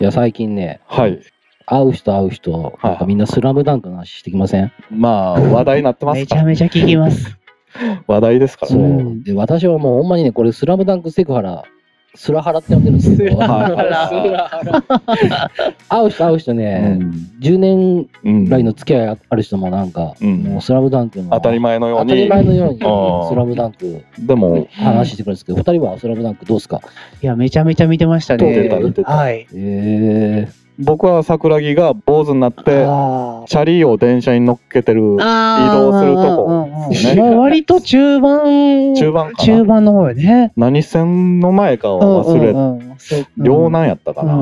いや、最近ね、はい。会う人会う人、はいなんかみんなスラムダンクの話してきませんまあ、話題になってますめかちゃら。めちゃ聞きます。話題ですからそね。う。で、私はもうほんまにね、これスラムダンクセクハラ、スラハラって呼んでるんですよ。 はいはい会う人会う人ね、10年うん来の付き合いある人もなんか、うんもうスラムダンクの当たり前のよう当に。たり前のように、うんスラムダンクでも、話してくるんですけど、二人はスラムダンクどうですかいや、めちゃめちゃ見てました見てた見ねて。たはい。ええ僕は桜木が坊主になって、あーチャリを電車に乗っけてるあー移動するとこうんうんうんですねまあ割と中盤、中盤か中な。盤の方よね。何線の前かは忘れ、れ両南やったかな。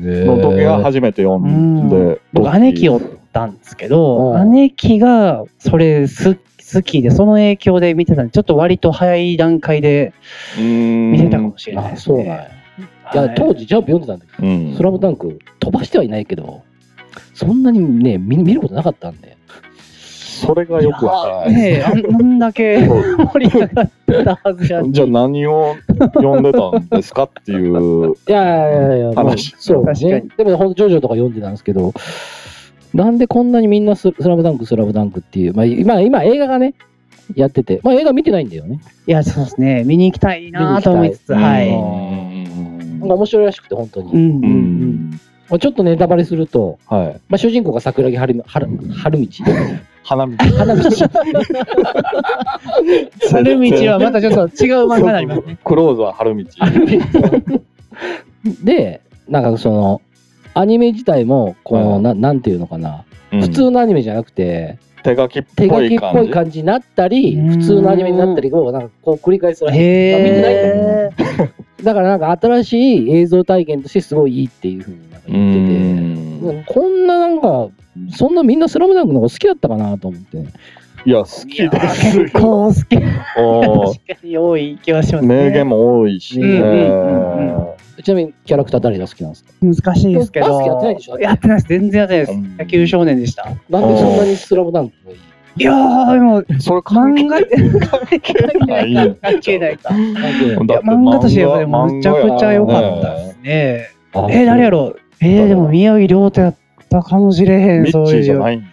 うんの時が初めて読んうで。僕、姉貴おったんですけど、うん姉貴がそれす好きで、その影響で見てたんで、ちょっと割と早い段階で見見てたかもしれないあ、ですそうね。なんや。いはや、当時ジャンプ読んでたんだけど、スラムダンク飛ばしてはいないけど、そんなにね、見見ることなかったんで。それがよくわからない。ねえ、あんあん だけ盛り上がってたはずやじゃあ何を読んでたんですかっていう。いやいやいやいや、まあ話そう確かねに。でも、ほんと、ジョジョとか読んでたんですけど、なんでこんなにみんなススラムダンク、スラムダンクっていう、まあ、今、今映画がね、やってて、まあ、映画見てないんだよね。いや、そうですね。見に行きたいなと思いつつ、 はい。ううんなんか面白いらしくて、本当に。うまうんうん。ん。あ、ちょっとネタバレすると、はい。まあ、主人公が桜木春春春道。花見。花道。春道はまたちょっと違う漫画になりますね。クローズは春道。で、なんかその、アニメ自体も、この、はいななんていうのかな、普普通のアニメじゃなくて、手書きっ手ぽ書きいっぽ感いじ。感じになったり、うん普通のアニメになったりを、なんかこう繰り返すらしい見てないけどへーだからなんか新しい映像体験としてすごいいいっていうふうになんかう言ってて、んこんななんか、そんなみんなスラムダンクの方が好きだったかなと思って。いや、好きですよ結。構好き。おー確かに多い気はしますね。名言も多いしね。うんうんうんちなみにキャラクター誰が好きなんですか難しいですけど。バスケやってないでしょやってないです。全然やってないでうんす。野球少年でした。なんでそんなにスラムダンクがいいいやー、でも、それ関係漫画で。関係ないんちゃう関係ないか。なんでだっいやて漫画としてやっぱでもむちゃくちゃ良かったですね。あえー、誰やろうえー、でも宮城亮太やったかもしれへん、ミそッうチーいじゃう。ないんだ。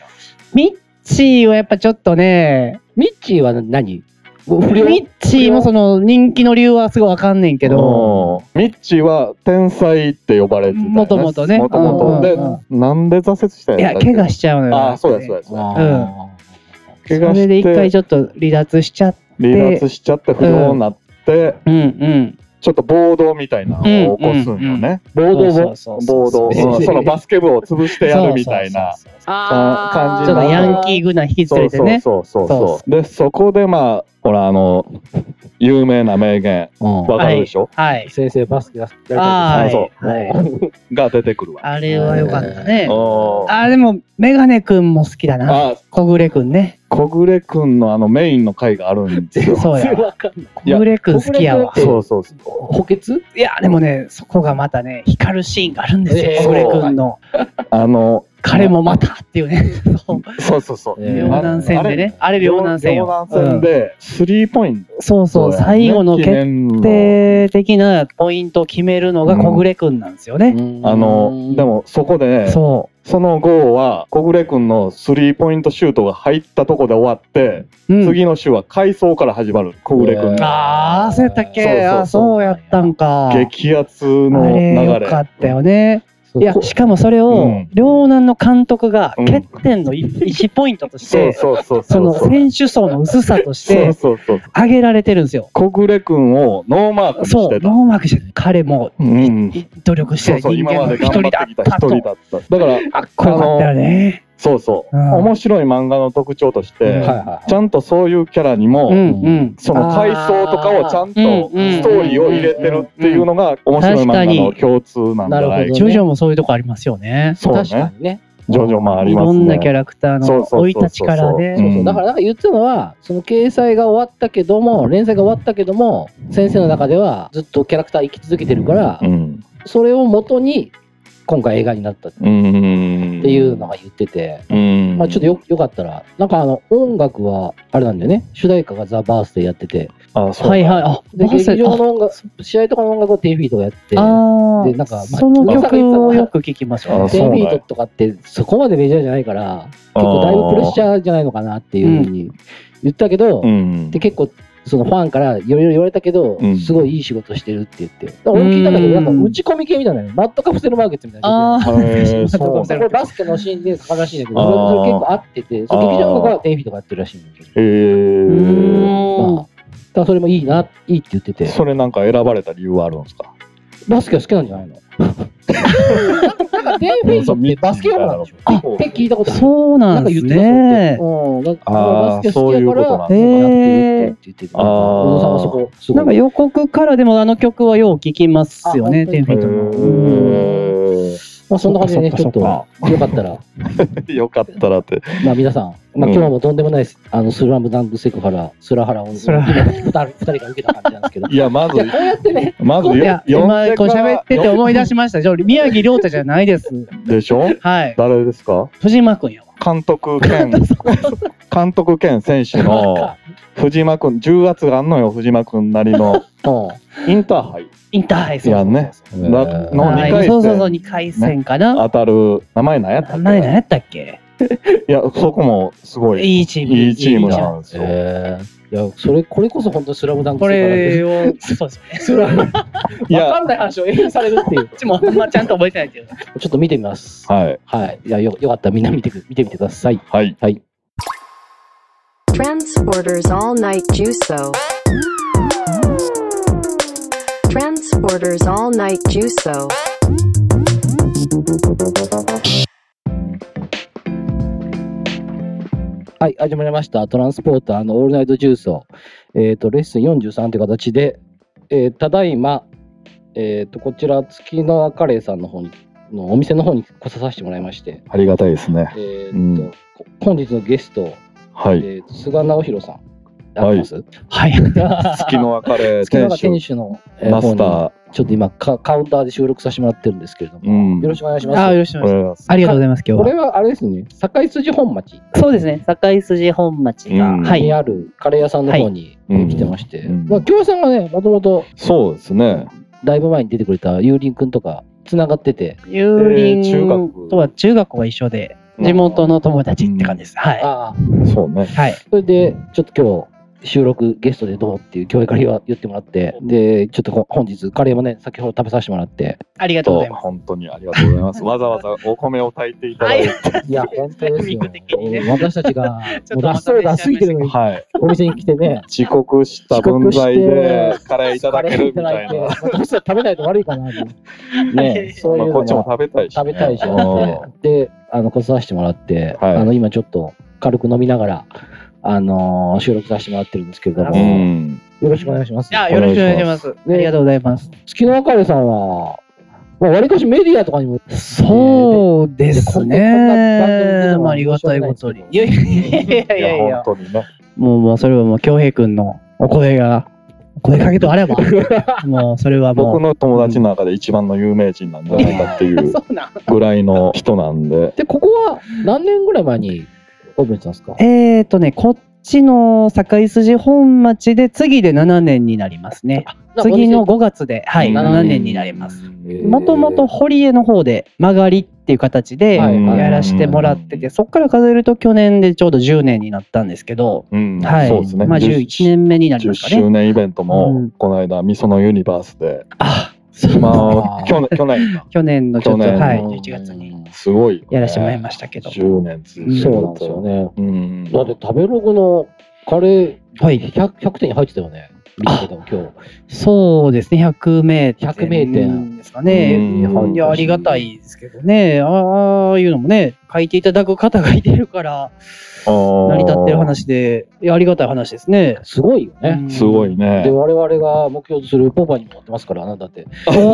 ミッチーはやっぱちょっとね、ミッチーは何不良ミッチーもその人気の理由はすごいわかんねんけど、うんミッチーは天才って呼ばれてたよね。もともとねもともと。でうんうん、なんで挫折したんいやや、ったっけ怪我しちゃうのよ。ああ、そうです、そううです。あ怪そ我れで一回して、ちょっと離脱しちゃって、離脱しちゃって不良になって、うんうん。ちょっと暴動みたいなのを起こすんよね。ー暴動をそうそうそう暴動。そうそううんそのバスケ部を潰してやるみたいな。そうそうそうあーちょっとヤンキー軍団引き連れてね。そうそうそうそそう。で、そこでまあ、ほら、あの、有名な名言、そうわかるでしょはい。先生バスケが好きだああーそはい。が出てくるわ。あれは良かったね。おーあー、でも、メガネくんも好きだな。あ、小暮くんね。小暮くんのあのメインの回があるんですよ。そうや。わかんない小暮くん好きや小暮わく。んそうそうそう。補欠いや、でもね、そこがまたね、光るシーンがあるんですよえ。ー小暮くんの。あの、彼もまたっていうね。 そうそうそうそう。えー両南戦でね。あれ両南戦よ。両南戦うんで、スリーポイント。そうそう、最後の決定。定的なポイントを決めるのが小暮くんなんですよね。あの、でもそこで、ね、そその号は、小暮君のスリーポイントシュートが入ったとこで終わって、う。うん。次の週は回想から始まる、小暮君うのわああ、そうやったっけそうそうそうあーそうやったんか。激アツあのれ流よれ。かったよね。そういや、しかもそれうをん、両南の監督がうん欠点の1ポイントとしそうて、そうそうそそうの選手層の薄さとしそうてそうそう。挙げられてるんですよ。小暮君をノーマークにしそう、てノた。ーマークしてる、彼もうん努力してそなういそう、今人間まので一頑張人ってだきったた一と。人だった。だから、かっこよかったよね。そうそう。うん面白い漫画の特徴としうてん、はいはちゃんとそういうキャラにも、うんうん。その階層とかをちゃんとあーうんうんストーリーを入れてるっていうのが面白い漫画の共通なんじゃない確かにジョジョもそういうとこありますよね。そう確かね。にね。ジョジョもあいりまろすんなキね。ャラクターそうのそうそうそう生い立ちからうね。んそうだからなんか言ってたのは、その掲載が終わったけども、連載が終わったけども、先生の中ではずっとキャラクター生き続けてるから、うんそれを元に、今回映画になったっうん。ていうのが言ってて、うん。まあちょっとよよかったら、なんかあの音楽はあれなんだよね、主題歌がザ・バースでやってて、あ、そう。はいはい。あ、でバース劇場の音楽、試合とかの音楽をテイフィートがやって、あでなんかまあその曲をよく聞きますよあテそイフうなんィやートとかってそこまでメジャーじゃないから、結構だいぶプレッシャーじゃないのかなっていうふうに言ったけど、うん。で結構そのファンからいろいろ言われたけど、うんすごいいい仕事してるって言って、だから俺聞いたんだけど、うなんんか打ち込み系みたいなのよ、マッドカプセルマーケットみたいな曲やん。あへーそそううこなれバスケのシーンでかかるらしいんだけど、それあーそれ結構合ってて、その劇場の方がテイフィートがやってるらしいんだけど、へえ。まあ、だからそれもいいな、いいって言ってて、それなんか選ばれた理由はあるんですかバスケは好きなんじゃないのテイフィートってバスケ用語なんでしょあって聞いたことある。そうなんですね。うん、なんかあーバスケ好きやから、そういうことなやっんだてるって言ってて、へー小野さんはそこ、すごいなんか予告からでもあの曲はよう聞きますよね、あテンフィートの。へまあ、そんな感じでね、ちょそっっと、かよかったら、ー よかったらって。まあ皆さん、まあうん、今日もとんでもないです、あの、スラムダンクセクハラ、スラハラを、スラハ今二人二人が受けた感じなんですけどいや、まずいや、こうやってね、まずいよや、今こう喋ってて思い出ししました。じゃあ宮城亮太じゃないです。でしょはい。誰ですか藤間君やわ。監督兼、監督兼選手の藤間くん、重圧があんのよ、藤間くんなりの。うインターハイインターハイそうやんね。んなえーのは2い回そうそうそう、戦2回戦かな。当たる名前なんやった名っ前何けやったっけいや、そこもすごいいいチーム。いいチームなんですよ。えー、いや、それ、これこそ本当にスラムダンクこセれを、そうですね。クハラで、スラム、わいや、かんない話を永遠されるっていうこっ、ちもあんまちゃんと覚えてないけど。ちょっと見てみます。はい。はい。いや、よ、よかったらみんな見てく、見てみてください。はい。 Transporters All Night Juso. Transporters All Night Juso. はい、始まりました。トランスポーターのオールナイトジュースを、えっ、と、レッスン43という形で、えーただいま、えっ、と、こちら、月のカレーさんの方に、のお店の方に来させてもらいまして、ありがたいですね。えっ、と、うんこ本日のゲスト、はえい。ーと菅直弘さん、合ってますはい。月の別 れ、月のが店店主、主の、えマスタ方にー。ちょっと今カ、カウンターで収録させてもらってるんですけれども、うんよろしくお願いします。ああ、よろしくおお願い願します。いしますありがとうございます、今こ日れは。はあれですね、堺筋本町そうですね、堺筋本町が。うんはにい。あるカレー屋さんの方にはい来てまして、うんまあ、京平さんがね、もともとそうですね。だいぶ前に出てくれたゆうりんくんとか、つながってて、ユーリえー中ン学とは中学校が一緒で、地元の友達って感じです。はああ、そうねい。。はい。それで、ちょっと今日、収録ゲストでどうっていう教育から言ってもらって、で、ちょっとこ本日、カレーもね、先ほど食べさせてもらって、ありがとうごとざいます。本当にありがとうございます。わざわざお米を炊いていただいて、いや、本当ですタイミンよグ的にね。私たちが、ちょもうっと出したそいま出しすぎてるのに、はい、お店に来てね、遅刻した分際でカレーいただけるみたいカレーいな。ただいて私たち食べないと悪いかなっていう、ね、そういまあ、うこのっちもが食べたいし、ね。食べたいし、うんで、あの、来させてもらって、はいあの、今ちょっと軽く飲みながら、あのー収録させてもらってるんですけれどうも、ん。よろしくお願いします。じゃあ、よろしくお願いします。あねりがとうございます。月の別れさんは、まあ、割かしメディアとかにも、そうですでこんな番組出てね。も まあ、ありがたいことに。いやいやいやいいや、やいや。本当にね。もう、もう、それはもう、京平君のお声が、お声かけと あれば、もう、それはも僕う。の友達の中で一番の有名人なんじゃないかっていう そうなん。ぐらいの人なんで。で、ここは何年ぐらい前にオープンしたんですかえーとね、こっちの堺筋本町で、次で7年になりますね。次の5月で、はい、うん7年になります。えーもともと堀江の方で曲がりっていう形ではいはいやらせてもらってて、そこから数えると去年でちょうど10年になったんですけど、うん、はい、そうですね。まあ10 11年目になり10ますかね周。年イベントうもん、この間、みそのユニバースで、あ、そうま あ、去年、去年か、去年のちょっと、去年はい、うん11月にすごい、ね。やらせてもらいましたけど。 10年続いてそうなんですよ。ね。うん。だって食べログのカレはーい、 100, 100点に入ってたよね。見てたもん今日。そうですね、100名店。 100名店ですかね。うんいや、ありがたいですけどね、あああいうのもね、書いていただく方がいてるから、成成り立ってる話で、いや、ありがたい話ですね。すごいよね。うんすごいねで、。我々が目標とするポパにもなってますから、あなたって。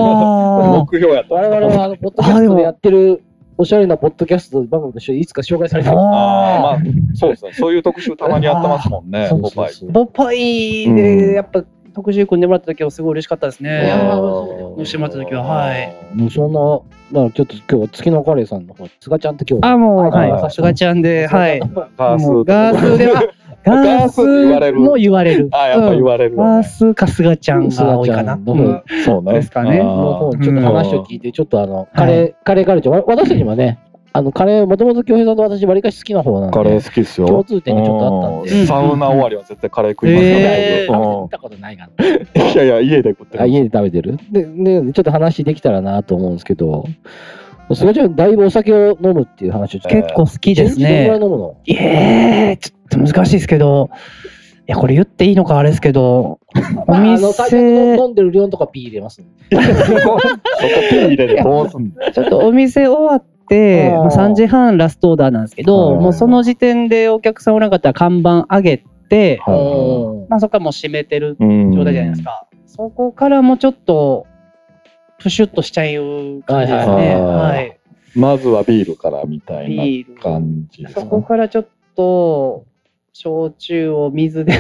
おー目標やった。我々はあの、ポッドキャストでやってる、おしゃれなポッドキャスト番組としていつか紹介されたい。あああ、まあ、そうですね。そういう特集たまにやってますもんね、ポパイ。ーポパイでやっぱ特集組んでもらった時はすごい嬉しかったですあね。ーやっぱもしてもらった時ははいうんそんな、だからちょっと今日は月のカレーさんの方、すがちゃんって今日。あ、もう、はいはい。すがちゃんで、はい。ガースもうガースでは、ガガーースって言われスるも言われる。 あやっぱ言われるうんガよーねスかすがちゃんが多いかな。すがちゃんのうんそうねですかねあーの方にちょっと話を聞いて、ちょっとあの、カレー、カレーカレーちゃん、わ私たちもね、あの、カレー、もともと京平さんと私、わりかし好きな方なんで、カレー好きっすよ共通点がちょっとあったんでうサウナ終わりは絶対カレー食いますよえ ねー食べうたことないがんいやいや家で食ってある家で食べてるでで、ちょっと話できたらなと思うんですけど、それじゃあだいぶお酒を飲むっていう話をちょっと、結構好きです一日どのぐらねい。飲むのいえー、ちょっと難しいですけど、いや、これ言っていいのかあれですけど、おまああの最近店、飲んでる量とかピー入れます、ね。そこピー入れてどうすんのちょっとお店終わ って、あーまあ、3時半ラストオーダーなんですけど、はいもうその時点でお客さんおらんかったら看板上げて、うんまあそこからもう閉めてるうん状態じゃないですか。そこからもうちょっと、プシュッとしちゃう感じですはいはいね。ははいい。まずはビールからみたいなビール。感じそこからちょっと、焼酎を水で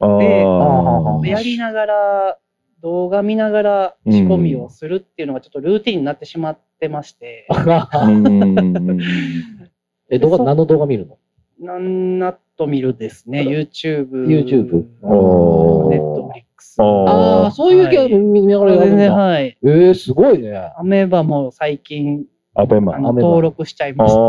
あーやりながら、動画見ながら仕込みをするっていうのがちょっとルーティンになってしまってまして、うん え動画何の動画見るのなんなと見るですね、YouTube、 YouTube おー Netflix。おーああ、そういうゲーム見ながこられやる全ん然、だ。はい。えー、すごいね。アメーバも最近、アベマあのアメーバ登録しちゃいあまして。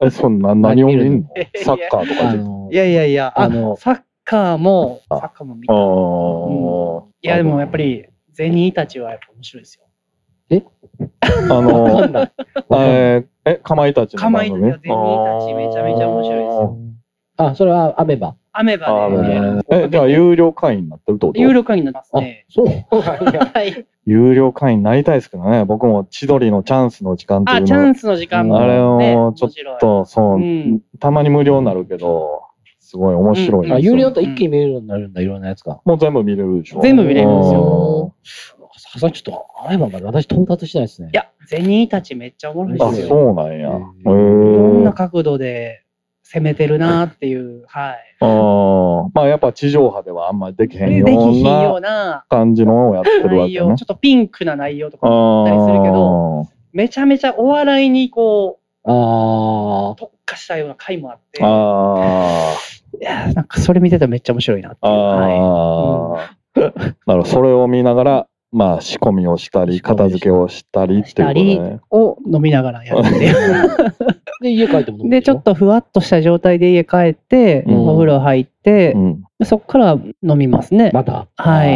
あ、え、そん な、何を見んのサッカーとかあで。のい、やいやいや、ああのサッカーも、サあッカーも見あた。いーや、でもやっぱ、り、ゼニーたちはやっぱ面白いですよ。あの、えー、えかまいたちのかまい番た組ちはゼニーたちめちゃめちゃ面白いですよ。あ、それはアメバ。アメあバで見れるんーでねすけど。え、じゃあ、有料会員になってるってこと有料会員になってあますね。、そう なんや。はい。有料会員になりたいですけどね、僕も千鳥のチャンスの時間っていうあ、のチャンスの時間も、ね。あれをちょっと。と、そう、うんたまに無料になるけど、すごい面白いですよあ、有料と一気に見れるようになるんだ、いろんなやつが。もう全部見れるでしょ。全部見れるんですよささちょっと、アメバまで私到達してないですねい。や、ゼニーたちめっちゃおもろいあ、ですよ。そうなんや。へいろんえな。角度で攻めてるなっていう、はい。ああ、まあやっぱ地上波ではあんまりできへんでよできうひんなような感じのをやってるわ内け容、ねち。ょっとピンクな内容とかも、あったりするけどーめちゃめちゃお笑いにこあう、特化したような回もあって、あいやなんかそれ見てたらめっちゃ面白いなってー、あいう。はいあー、なるほど。それを見ながら、まあ仕込みをしたり、仕込みをしたり片付けをしたりっていうことしたね。を飲みながらやるっていう。あ。で、家帰っても飲むで、ちょっとふわっとした状態で家帰って、うんお風呂入ってう、ん。でそこから飲みますね。またはい。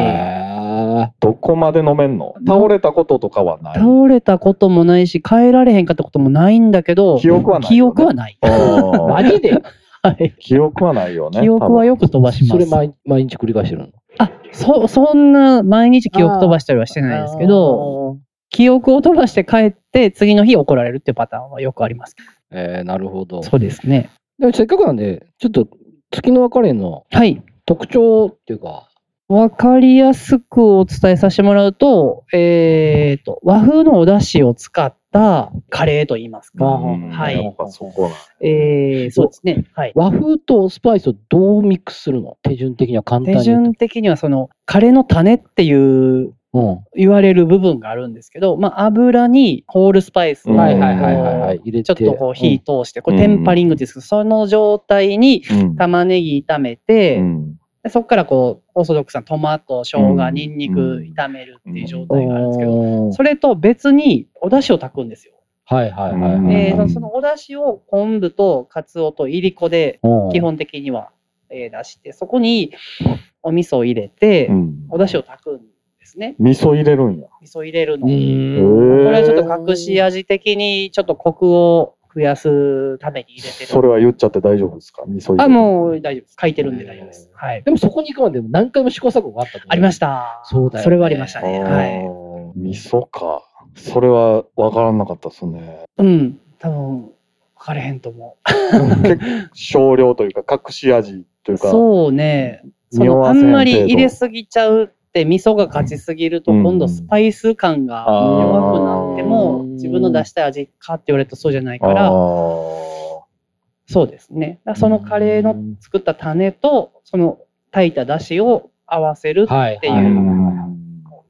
い。どこまで飲めんの倒れたこととかはない。倒れたこともないし、帰られへんかったこともないんだけど、記憶はないよね記憶はない。あマージではい記憶はないよね。 記憶はよよく飛ばしそまれす。毎毎日繰り返してるのあ、そ、そんな毎日記憶飛ばしたりはしてないですけど、、記憶を飛ばして帰って、次の日怒られるっていうパターンはよくあります。えー、なるほど。そうですね。でもせっかくなんで、ちょっと月の別れのはい。特徴っていうか、わかりやすくお伝えさせてもらうと、えー、と、和風のお出汁を使ったカレーと言いますか。あうん。はいなんかそこなえー、そうですね。はい。和風とスパイスをどうミックスするの手順的には簡単手に言うと。順的にはその、カレーの種っていう、うん。言われる部分があるんですけど、まあ、油にホールスパイスをうんはいはいはいはい、はい。入れて。ちょっとこう火ん通して、これテンパリングって言うんですけど、その状態にうん玉ねぎ炒めて、うんでそこからこう、オーソドックスなトマト、生う姜、んニンニク炒めるっていう状態があるんですけど、おーそれと別にお出汁を炊くんですよ。はいはいはいはい。うんで、えそのそのお出汁を昆布とカツオといりこでうん基本的にはえー出して、そこにお味噌を入れてう、んお出汁を炊くんですね。味噌入れるんや。味噌入れるの。うこんれはちょっと隠し味的にちょっとコクを増やすために入れてるそれは言っちゃって大丈夫ですか味噌入れあ、もう大丈夫です。書いてるんで大丈夫です。はい。でもそこに行くまで何回も試行錯誤があったと思うありました。そうだよねそれはありましたあね。はい。ー味噌か。それは分からなかったですね。うん。多分、分かれへんと思。少量というか、隠し味といううか。そうね。そ匂のわあせん程ん度まり入れすぎちゃうって、味噌が勝ちすぎると、うん今度スパイス感が弱くなってあーも、自分の出したい味かって言われるとそうじゃないあかーら、そうですね。だからそのカレーの作った種と、その炊いた出汁を合わせるはい。ていううはん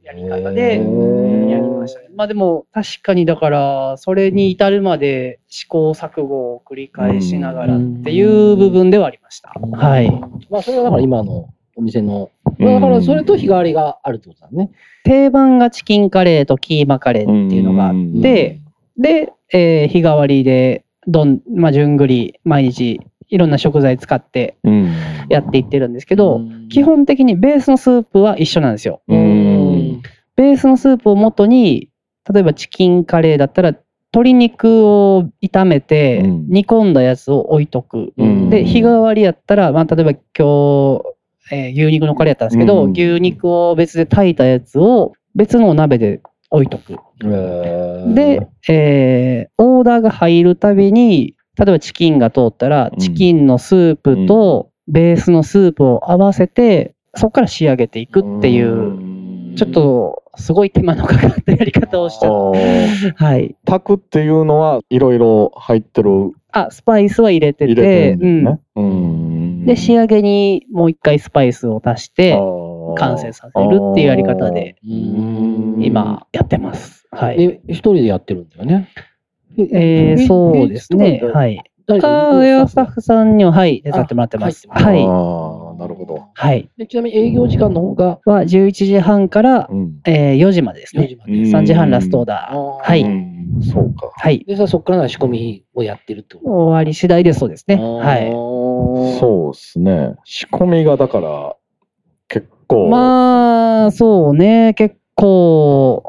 やり方でへーやりましたね。まあでも確かにだからそれに至るまで試行錯誤を繰り返しながらっていう部分ではありました。うんはい。まあ、それはだから今のお店の、うんまあだからそれと日替わりがあるってことだね。定番がチキンカレーとキーマカレーっていうのがあっうんて、で、えー日替わりでどん、まあ、順繰り毎日いろんな食材使ってうんやっていってるんですけうど、ん基本的にベースのスープは一緒なんですよ。うんベースのスープを元に、例えばチキンカレーだったら、鶏肉を炒めて、うん煮込んだやつを置いとく。うんで、日替わりやったら、まあ、例えば今日、えー牛肉のカレーやったんですけど、うん牛肉を別で炊いたやつを別のお鍋で置いとく。うんで、、えーオーダーが入るたびに、例えばチキンが通ったらう、んチキンのスープとベースのスープを合わせて、そこから仕上げていくっていうう、んちょっとすごい手間のかかったやり方をしちゃっあーた。はい。炊くっていうのはいろいろ入ってるあ、スパイスは入れて入て、れてるんでうすんね。うんで、仕上げにもう一回スパイスを足して、あー完成させるっていうやり方で、うん今やってます。はい。で、一人でやってるんだよね。えー、そうですね。平日とかはい。誰かあエアスタッフさんには、はい、手伝ってもらってます。あ入ってまはあい。ーなるほど。はい。でちなみに営業時間の方がは11時半から、うん。えー4時までです4ね時。まで。 3時半ラストオーあダーー。はいうんそうか。はい。でさ、そこからの仕込みをやってるってこ終わり次第でそうですとね。はそそうですね。仕込みがだから結い。構。まあ、そうね。結構、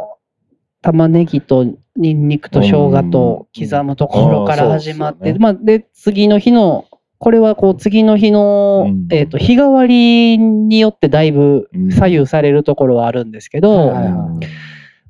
玉ねぎとニンニクと生姜と刻むところかうらんあーそう始ですよねまって、まあ、で、次の日の、これはこう、次の日の、うんえっ、と、日替わりによってだいぶ左右されるところはあるんですけど、はいはい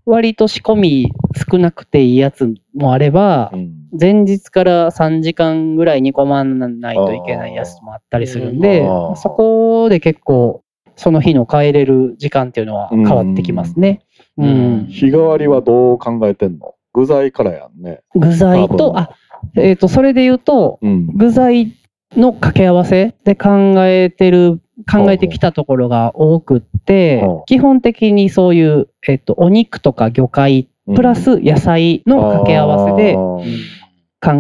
割と仕込み少なくていいやつもあれば、うん前日から3時間ぐらい煮込まないといけないやつもあったりするんで、あーそこで結構、その日の帰れる時間っていうのは変わってきますね。ううんん。日替わりはどう考えてんの具材からやんね。具材多分と、あ、えっ、と、それで言うと、うん。具材の掛け合わせで考えてる、考えてきたところが多くってほう、基本的にそういう、えっ、と、お肉とか魚介、プラス野菜の掛け合わせであー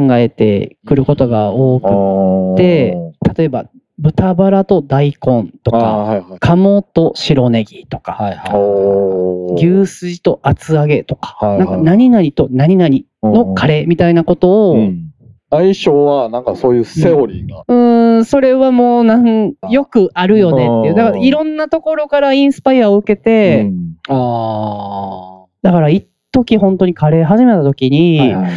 考えてくることが多くてで例えば豚バラと大根とあーかはいはい。鴨と白ネギとかはいはおー牛すじと厚揚げとかはいはいなんか何々と何々のカレーみたいなことうをん相性はなんかそういうセオリーが。うーんそれはもうなんよくあるよねっていうあーだからいろんなところからインスパイアを受けて、うんい。あだから一時本当にカレー始めた時に、はいはい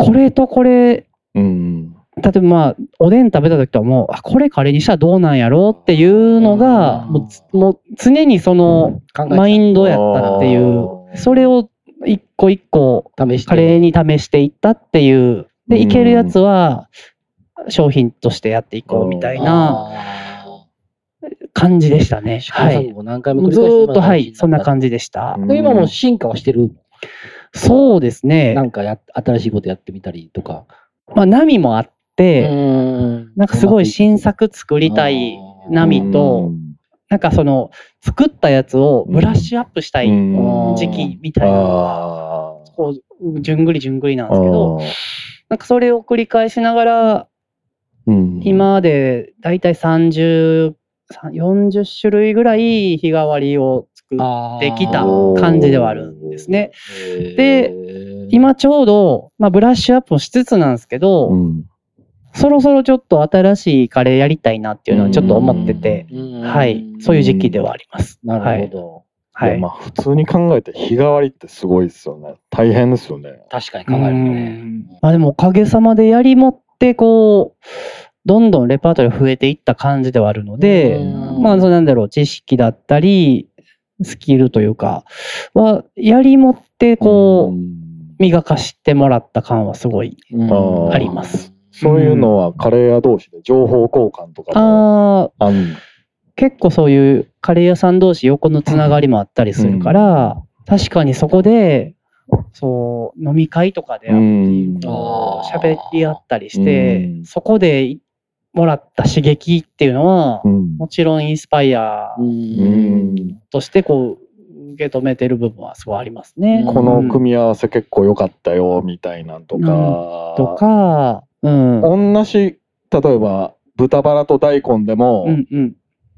これとこれうん例えばまあおでん食べた時とはもうあこれカレーにしたらどうなんやろうっていうのがうんもうつもう常にそのあ。考マイえンドやったっていうあーそれを一個一個て試して。カレーに試していったっていううでんいけるやつは商品としてやっていこうみたいなあ感じでしたーね試行はい錯誤何回も繰りず返してーっとはいそんなじ。感じでしたうんで今も進化はしてる。そうですねなんかや新しいことやってみたりとか。まあ波もあっうてんなんかすごい新作作りたい波となんかその作ったやつをブラッシュアップしたういん時期みあたいなのがーこうじゅんぐりじゅんぐりなんですけどあーなんかそれを繰り返しながらうん今までだいたい30、40種類ぐらい日替わりを作っでてきた感じではあるんですね。で、へ今ちょうど、まあ、ブラッシュアップをしつつなんですけど、うんそろそろちょっと新しいカレーやりたいなっていうのはちょっと思ってて、ーはい、そういう時期ではあります。なるほど。はい。はでいまあ普通に考えて日替わりってすごいですよね。大変ですよね。確かに考えるとね。うんまあでもおかげさまでやりもってこうどんどんレパートリー増えていった感じではあるのでうんまあそうなんだろう知識だったりスキルというかはやりもってこううん磨かしてもらった感はすごいうんあります。そういうのはカレー屋同士で情報交換とかもあーあん結構そういうカレー屋さん同士横のつながりもあったりするから確かにそこでそう飲み会とかでうんあー喋り合ったりして、うんそこでいもらった刺激っていうのは、うん。もちろんインスパイアうんとしてこう、受け止めてる部分はすごいありますね。この組み合わせ結構良かったよ、みたいなんとか。とか、うん。うん同じ、例えば、豚バラと大根でも、うん。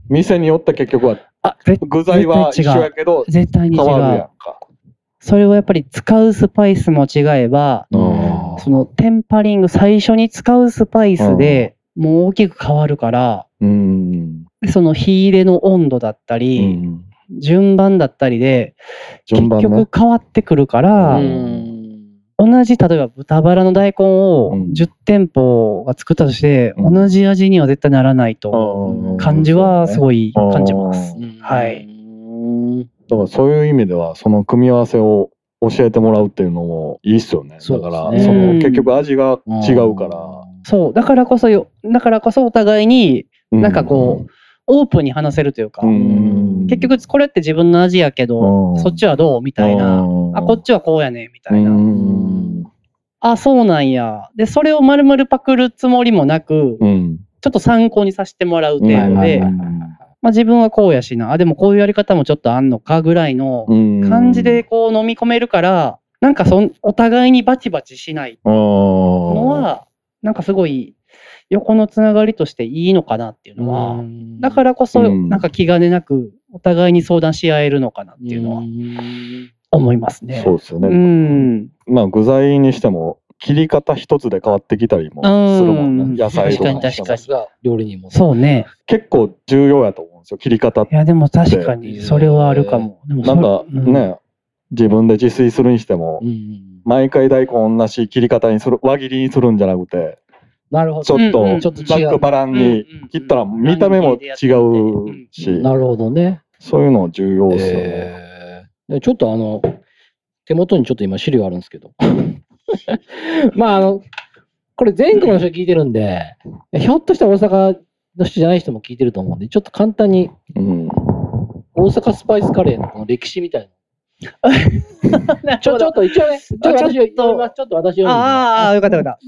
店によって結局はあ、ぜ具材は一絶対違う緒やけど絶対に変違わるやう。んか。それをやっぱり使うスパイスも違えば、うんそのテンパリング、最初に使うスパイスでもう大きく変わるから、うん。その火入れの温度だったうり、ん順番だったりで、結順番ね局。変わってくるかうら、ん同じ、例えば豚バラの大根をうん10店舗が作ったとして、うん同じ味には絶対ならないと、うん感じはすごい感じまうすん。はいうんだからそういう意味ではその組み合わせを教えてもらうっていうのもいいっすよね。そうでだすねからその結局味が違うから、そう、だからこそよ、だからこそお互いに、なんかこう、オープンに話せるというか、うん結局これって自分の味やけど、うんそっちはどうみたいな、あこっちはこうやねみたいな、うんあそうなんやでそれを丸々パクるつもりもなうく、ちんょっと参考にさせてもらう程う度んで、うんまあ、自分はこうやしなあでもこういうやり方もちょっとあんのかぐらいのうん感じでこう飲み込めるから、なんかそんお互いにバチバチしないあーのは、なんかすごい横のつながりとしていいのかなっていうのは、だかららこそ、うんなんか気兼ねなくお互いに相談し合えるのかなっていうのは思いますね。そうですよね。うん。まあ具材にしても切り方一つで変わってきたりもするもんね。うん野菜とか確かに確かにが料理にもそうね。結構重要やと思うんですよ切り方っていや、でも確かに、それはあるかも。でもなそんかうね、自分で自炊するにしても、うん毎回大根同じ切り方にする輪切りにするんじゃなくてなるほちょど。っとうんうんちょっとざ違っくう。ばらんに切ったら見た目も違うし、なるほどね。そういうの重要ですよね。えーでちょっとあの、手元にちょっと今資料あるんですけど。 まああの、これ全国の人聞いてるんで、ひょっとしたら大阪の人じゃない人も聞いてると思うんで、ちょっと簡単にうん大阪スパイスカレーのこの歴史みたいな。ちちょょ、ちょっと一応ね、ちょっと私をちょっと読みます。ちょっと私を読みます。ああ、よかったよか っ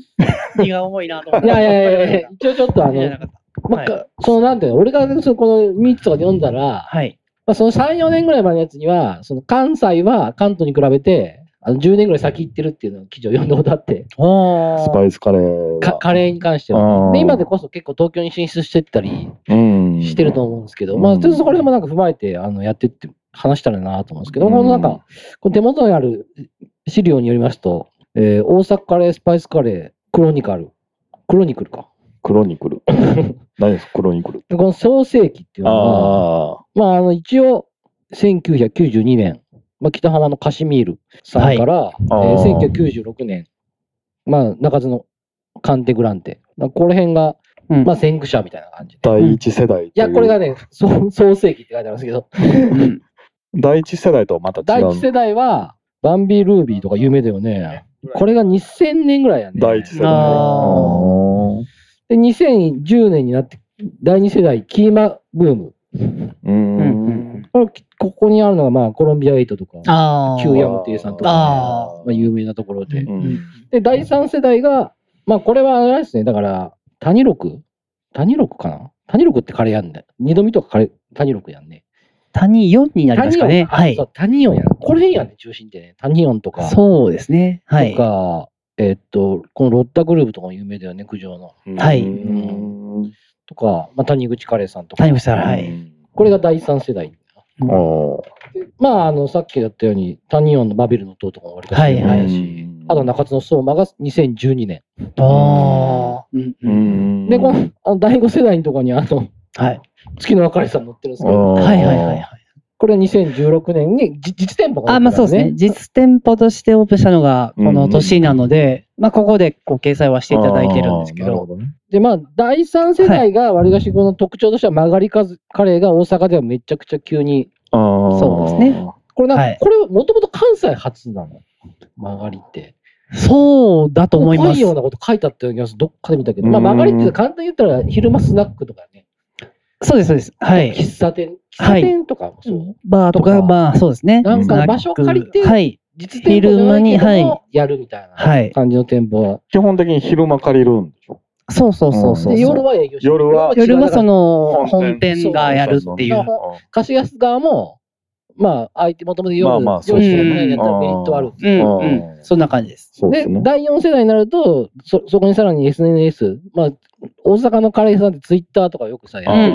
た。荷が重いなと思っいて。やいやいや いや、一応ちょっとあいやのな、かったまはあいかそのなんていうの、俺がそのこの3つとかで読んだら、はい。まあ、その3、4年ぐらい前のやつには、その関西は関東に比べて、あの10年ぐらい先行ってるっていうのを記事を読んだことあって、おスパイスカレーかカレーに関しては。ーで、今でこそ結構東京に進出してったりうんしてると思うんですけど、うんまあ、ちょっとそこら辺もなんか踏まえて、あの、やってって話したらなと思うんですけど、うんこのなんか、この手元にある資料によりますと、えー大阪カレー、スパイスカレー、クロニカル、クロニクルか。クロニクル。何ですかクロニクルって。でこの創世記っていうのが、ああ。まあ、あの、一応、1992年、まあ、北浜のカシミールさんから、えあーー1996年、まあ、中津のカンテグランテ。まあこの辺が、うんまあ、先駆者みたいな感じで。第一世代。いいや、これが。ね、そう創世記って書いてあるんですけど、うん第一世代とはまた違第う。一世代は、バンビー・ルービーとか有名だよね。これが2000年ぐらいやね。第一世代。あーで、2010年になって、第二世代、キーマブーム。う。うんうんこれここにあるのが、まあ、コロンビア8とか、ああ。旧ヤムテイさんとかね、あまあ、有名なところで。うんで、第三世代が、まあ、これはあれですね、だから、谷六谷六かな谷六ってカレーやんね。二度見とかカレー、谷六やんね。谷4になりますかね。は谷い四。谷四やん。これやんね、中心ってね。谷四とか、そうですね。はいと。か、えっと、このロッタグループとかも有名だよね、九条の。うんはいうんとか、まあ、谷口カレーさんとか。谷口さん、はい。。これが第三世代。あーでまあ、あの、さっきやったように、谷四のバビルの塔とかも割と有名だし、はいはいあと中津の相馬が2012年。ああ。うんううんんで、この、あの第五世代のとこに、あの、はい。月の別れさん乗ってるんですけど、あーはいはいはいはい。これは2016年にじ実店舗があ、まあそうですね。実店舗としてオープンしたのがこの年なので、まあここでこう掲載はしていただいてるんですけあーなど、ほねで、まあ、第3世代が割り箸語の特徴としては、曲がりかずカレーが大阪ではめちゃくちゃ急に。あーそうですね。これなんか、はいこれ、もともと関西初なの曲がりって。そうだと思いま濃いようす。なこと書いてあったような気がする。どっかで見たけど。うんまあ、曲がりって簡単に言ったら、昼間スナックとかね、そうです、そうです。はい。喫茶店、喫茶はい店とかもそう。バーととか、かまあそうですね。なんスナかック場所を借りて、はい。実店舗ではないけど昼間にもやるみたいはない感じの店舗は。基本的に昼間借りるんでしょそうそうそうそう。で夜は営業してる夜は夜はそのの本本店店がやるっていう。貸し出す側も、まあ、相手、もともと夜、まあまあそう夜そうねやったらメリットある。ううんんうん。そんな感じです。そうでで、すね。第4世代になると、そ、そこにさらに SNS、まあ、大阪のカレー屋さんってツイッターとかよくさ、やってる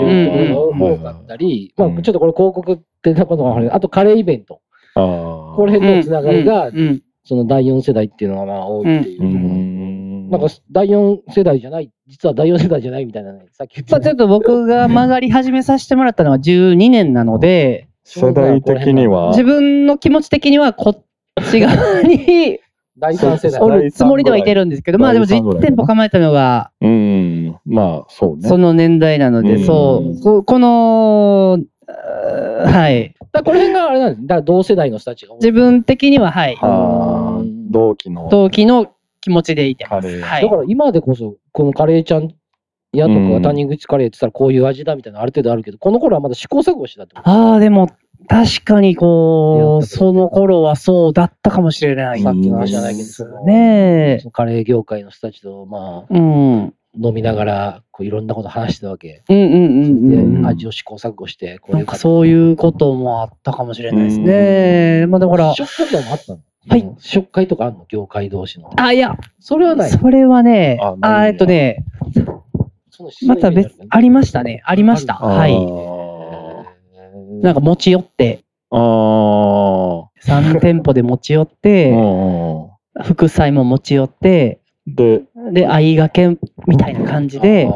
人うんうんうが多んかったり、うまんあ、ちょっとこれ広告ってなことがあるあとカレーイベント。あーこの辺のつながりがうん、うんその第4世代っていうのがまあ多いっていううところ。ん。なんか、第4世代じゃない、実は第4世代じゃないみたいなね、さっき言ってまあたちょっと僕が曲がり始めさせてもらったのは12年なので、世代的には自、分の気持ち的にはこっち側に第3世代お。るつもりではいてるんですけど、まあでも第三ぐらい実店舗構えたのがうん。まあ、そうね。その年代なのうで、んそう、ここの、あーはい。だからこの辺があれなんです。だから同世代の人たちが多い。自分的には、はい。あー同期の。同期の気持ちでいてまカレす。ーはだいか。ら今でこそ、このカレーちゃんやとうかん谷口カレーって言ったらこういう味だみたいなのある程度あるけど、この頃はまだ試行錯誤してたってことああ、でも、確かにこやう、ったとその頃はそうだったかもしれない。さっきのあれ話じじゃゃなないいけけど、どねえカレー業界の人たちと、まあ、うん。うん飲みながら、こういろんなこと話してたわけ。うんうんうん。で、ん味を試行錯誤して、こなんかそうういうこともあったかもしれないですね。まあだかほらら、、試食会とかもあったのはいうん試食会とかあるの業界同士の。あ、いや、それはない。それはね、ああないんやーえっとね、そのまた別、ありましたね。ありました。あーはい。なんか持ち寄って、あー3店舗で持ち寄うって、んうん副菜も持ち寄って、で、で、相掛けみたいな感じで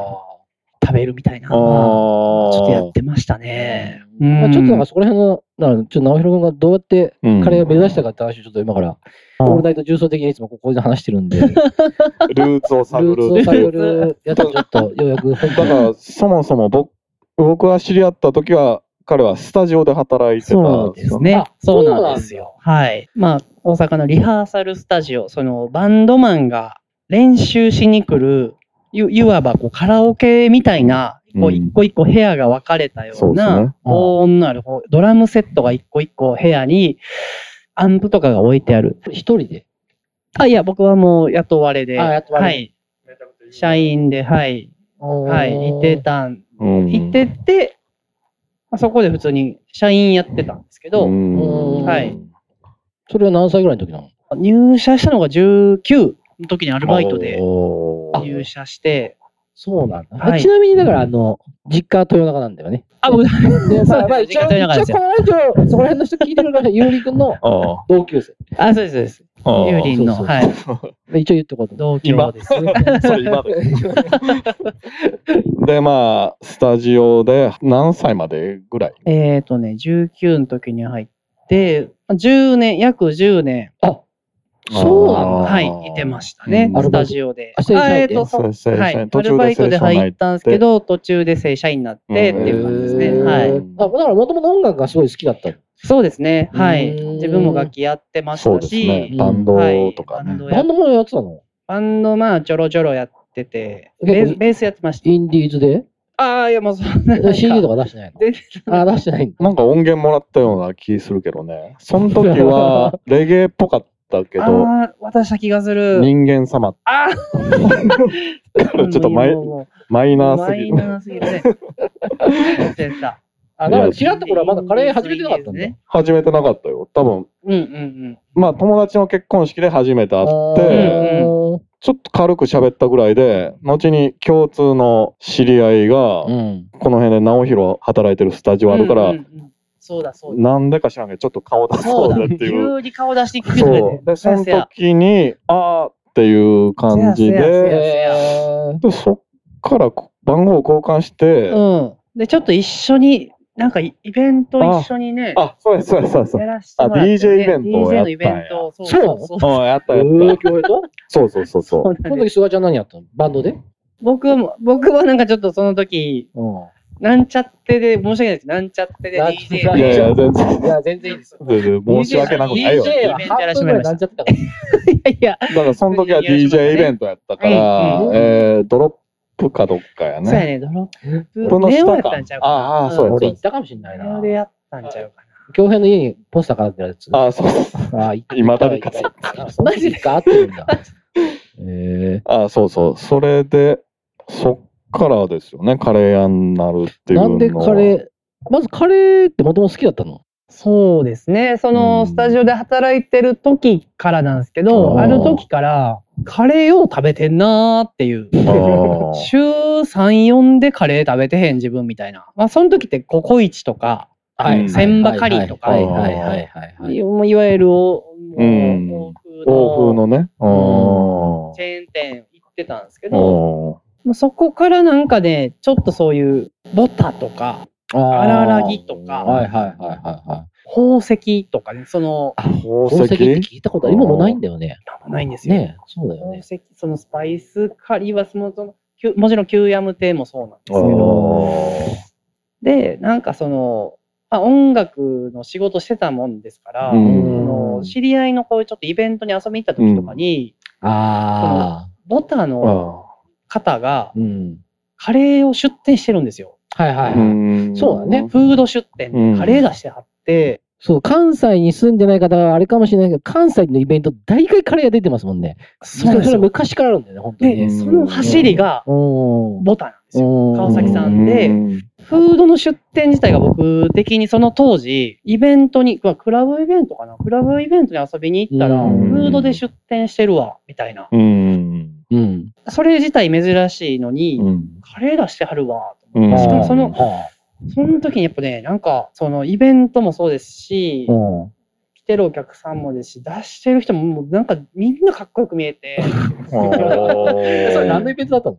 食べるみたいなああ。のは、ちょっとやってましたね。うんまあ、ちょっとなんかそこら辺の、だからちょっと直弘君がどうやってうんカレーを目指したかって話をちょっと今から、オールナイト重層的にいつもここで話してるんで、ルールーツを探ツをる。探るやつをちょっとようやく、だから、そもそも僕、僕が知り合った時は、彼はスタジオで働いてたそんうでですすよね。ねあ。そうなんですよ。はい。まあ、大阪のリハーサルスタジオ、そのバンドマンが練習しに来る、いいわばこうカラオケみたいな、こううん一個一個部屋が分かれたようそうですなね、高音のあるこうドラムセットが一個一個部屋に、アンプとかが置いてある。一人で。あ、いや、僕はもう雇われで、あ雇われはい。社員で、はい。はい。いてたん、うんいてて、まあそこで普通に社員やってたんですけど、うんはいそれは何歳ぐらいの時なの入社したのが19の時にアルバイトでおー入社して、そうなんだ、はいちなみにだから、あの、実家は豊中なんだよね。あ、ごめんなさい。で、まあ、まあ、 実一家応、豊中です一応こよのラジオ、そこら辺の人聞いて るから、ゆうりくんのあー同級生。あ、そうです、そうです。あー。ユーリンの、そうそうはい。で一応言ってこと。同期のです。それ今で。 で、まあ、スタジオで何歳までぐらいえっとね、19の時に入って、10年、約10年、あ、そうなんだはい、いてましたねう、んスタジオで。あ正社員であえっと、そう正社員はい。途中アでルバイトで入ったんですけど、途中で正社員になってってうんいう感じですね。へーはい。あだから、もともと音楽がすごい好きだったの。そうですね。はい。うん自分も楽器やってましそうたですし、ね。んバンドとかはいバンドね。バンドもやってたのバンドまあちょろちょろやってて、ベ結構ーベースやってました。インディーズでああ、いやもうそんななんか。え ?CD とか出してないの全然あ、出してないんだ。なんか音源もらったような気するけどね。その時はレゲエっぽかったけど、ああ、渡した気がする。人間様、ああ ちょっとマイもマイうナーすマぎイる。ナーすぎ るね。忘れてた。あ、だから、ちらっとこれはまだカレー始めてなかったんだ。始めてなかったよ。多分、うんうんまあ友達の結婚式で初めて会って、ちょっと軽く喋ったぐらいで、後に共通の知り合いが、うん。この辺で直弘働いてるスタジうん。オあるから、うんうんうん。そうだそうだ。なんでか知らんけど、ちょっと顔出そうだっていう。急に顔出してきてくれそてう。。で、そのせや時に、あーっていう感じせやせやせで、えでそっからこ番号を交換して、うん。で、ちょっと一緒に、なんかイイベント一緒にね、あ、そうです、そうです、そうです。やらせてもらって、あ DJ イベントをやったん DJ やのイベントを、そうそうそうそう。うん、やったー。やえっー、共演とた。そうそうそうそそうう。なこんので時、すすがちゃん何やったのバンドで僕も、僕はなんかちょっとその時、うん。なんちゃってで、申し訳ないです。なんちゃってでなん DJ なんちゃっいで。やいや、全然、いや、全然いいです。全然申し訳なくないよ。 DJ だイはベントや半分らせてぐもらいらいにましたなっちゃったから。 いや、からその時は DJ イベントやったから、うんうんえー、ドロップかどっかやそうやね。ね、ドロップ。このネオや下っかたんちゃ。うかああ、そうや、俺行そうやったかもしれないな。なネ。オでやったんちゃうか京平の家にポスター飾ってるやつ。ああ、そうそう。あ、い未だに飾ってマジでかってるんだ。えあそうそう。それで、そっからですよね、カレー屋になるっていうのなは。んでカレーー、まずカレーってもともと好きだったのそうですね。そうのんスタジオで働いてる時からなんですけど、あーある時からカレーを食べてんなーっていう。 週3、4でカレー食べてへん自分みたいな。まあその時ってココイチとか、はいうん千葉カリーとかはいはいはいはいはいい。わいわゆるおうんもう欧風のね。あうんチーェーン店行ってたんですけあど、ー。もうそこからなんかね、ちょっとそういうボタとか、あ荒ぎとかはいはいはいはいはい。宝石とかね、その、宝宝石って石聞いたことある今もうないんだよね。ないんですよ。ねえそうだよ宝ね。石、そのスパイスカリーはその、そのきゅもちろんキューヤム亭もそうなんですけあど、ーで、なんかその、まあ、音楽の仕事してたもんですから、うそんの知り合いのこういうちょっとイベントに遊びに行った時とかに、あボタのあ方があ。うん。カレーを出店してるんですよ。はいはいー。はい。んそうだねフード出店うんでカレー出してはって、そう、関西に住んでない方はあれかもしれないけど、関西のイベント、大概カレーが出てますもんね。そうなんですれよ。昔からあるんだよね、本当にで、ね。その走りがうんボタンなんですよ。川崎さんでうんフードの出店自体が僕的にその当時、イベントに、まあクラブイベントかなクラブイベントに遊びに行ったら、うフんードで出店してるわ、みたいな。うん。うん。それ自体珍しいのに、うんカレー出してはるわ。うんしかもそのはその時にやっぱね、なんか、そのイベントもそうですし、来てるお客さんもですし、出してる人ももうなんかみんなかっこよく見えて、 あそれ何のイあベントだっ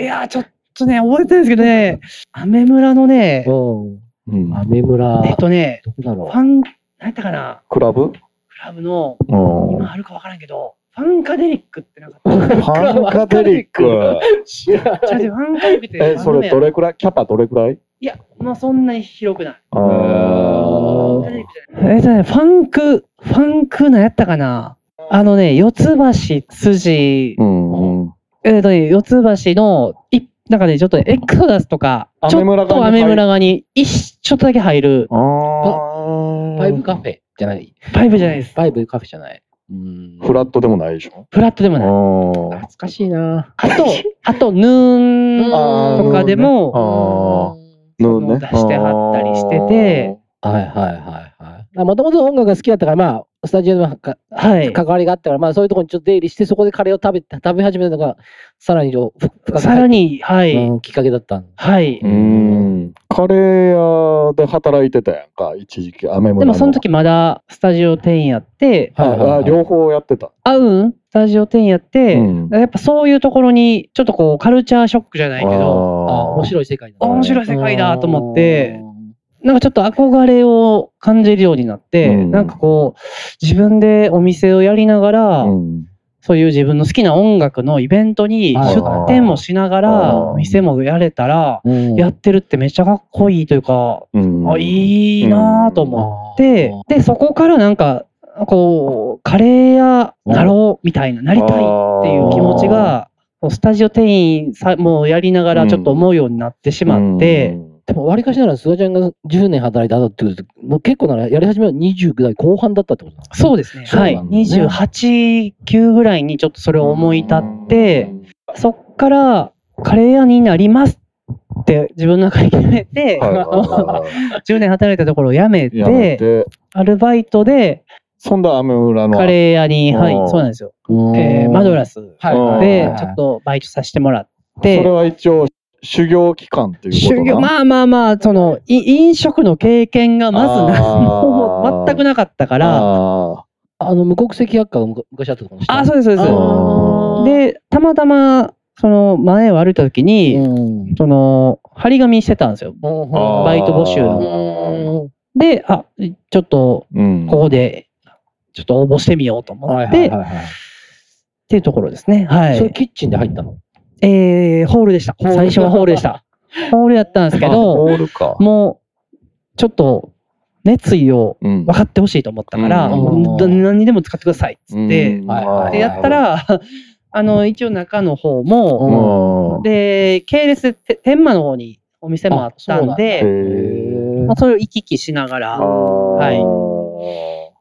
いやー、ちょっとね、覚えてるんですけどね、アメ村のねた、のうん。ーアメ村。えっとね、どこだフろァン、何やったかな、クラブクラブの、あー今あるかわからんけど、ファンカデリックっ てなんか、ファンカデリッ ク。う。知らない違う違うファンカデリックって、え、それどれくらいキャパどれくらいいや、もうそんなに広くない。あファンーカデリックじゃないえっとね、ファンク、ファンクなんやったかなあのね、四つ橋筋うんうん。えっ、とね、四つ橋の、い、なんかね、ちょっとねエクソダスとか、ちょ雨村っ側とにア入るメ村側に、一、ちょっとだけ入る、あーバイブカフェじゃない。パイプじゃないです。バイブカフェじゃない。うん。フラットでもないでしょフラットでもない。あー懐かしいな。あと、あと、ヌーンあーとかでも、あそーのね出してはったりしててはいはいはいはい。もともと音楽が好きだったから、まあ、スタジオでもかはい。関わりがあったから、まあ、そういうところにちょっと出入りして、そこでカレーを食べて食べ始めたのが、さらによふ深くさらに、はい、うんきっかけだったんはい。うでん。カレー屋で働いてたやんか、一時期、雨村も、その時まだスタジオ店員やって、はいはいはあい両方やってた。あうんスタジオ店員やって、うんやっぱそういうところに、ちょっとこう、カルチャーショックじゃないけど、ああー面白い世界だあな面白い世界だと思って、なんかちょっと憧れを感じるようになって、うんなんかこう、自分でお店をやりながら、うんそういう自分の好きな音楽のイベントにはい出店もしながら、あーお店もやれたら、うんやってるってめっちゃかっこいいというか、うんあいいなぁと思って、あで、そこからなんか、こう、カレー屋なろうみたいな、なりたいっていう気持ちが、スタジオ店員さもうやりながらちょっと思うようになってしまって、でも、わりかしなら、菅ちゃんが10年働いた後ってことで、もう結構なら、やり始めは20代後半だったってことなのそうですね。そうはい。なんだね28、9ぐらいにちょっとそれを思い立って、そっからカレー屋になりますって自分の中に決めて、はいはい はいは10年働いたところを辞めいやめて、て、アルバイトでそんな雨村の。カレー屋に、はいうん、そうなんですよ。うんえーマドラスはいはいはいではいちょっとバイトさせてもらっそれて、は一応修行期間っていうこと修な行、まあまあまあ、その、い飲食の経験がまずなあーもう 全くなかったから、ああの、無国籍学科が昔あったとこのあ、そうです、そうです。あで、たまたま、その前を歩いた時に、うんその、張り紙してたんですよ。あーバイト募集うの。んで、あ、ちょっと、ーうんここで、ちょっと応募してみようと思はいっはいて、はいっはいていうところですね。はそれい。キッチンで入ったのえー、ホールでした。ホール最初はホールでした。ホールやったんですけあど、オールか。もう、ちょっと、熱意をうん分かってほしいと思ったから、うんど何にでも使ってくださいっつって、うんはいあーでやったら、あの、一応中の方うも、んで、系列でて天満の方にお店もあったんあそうなんだへで、ーまあ、それを行き来しながら、あーはい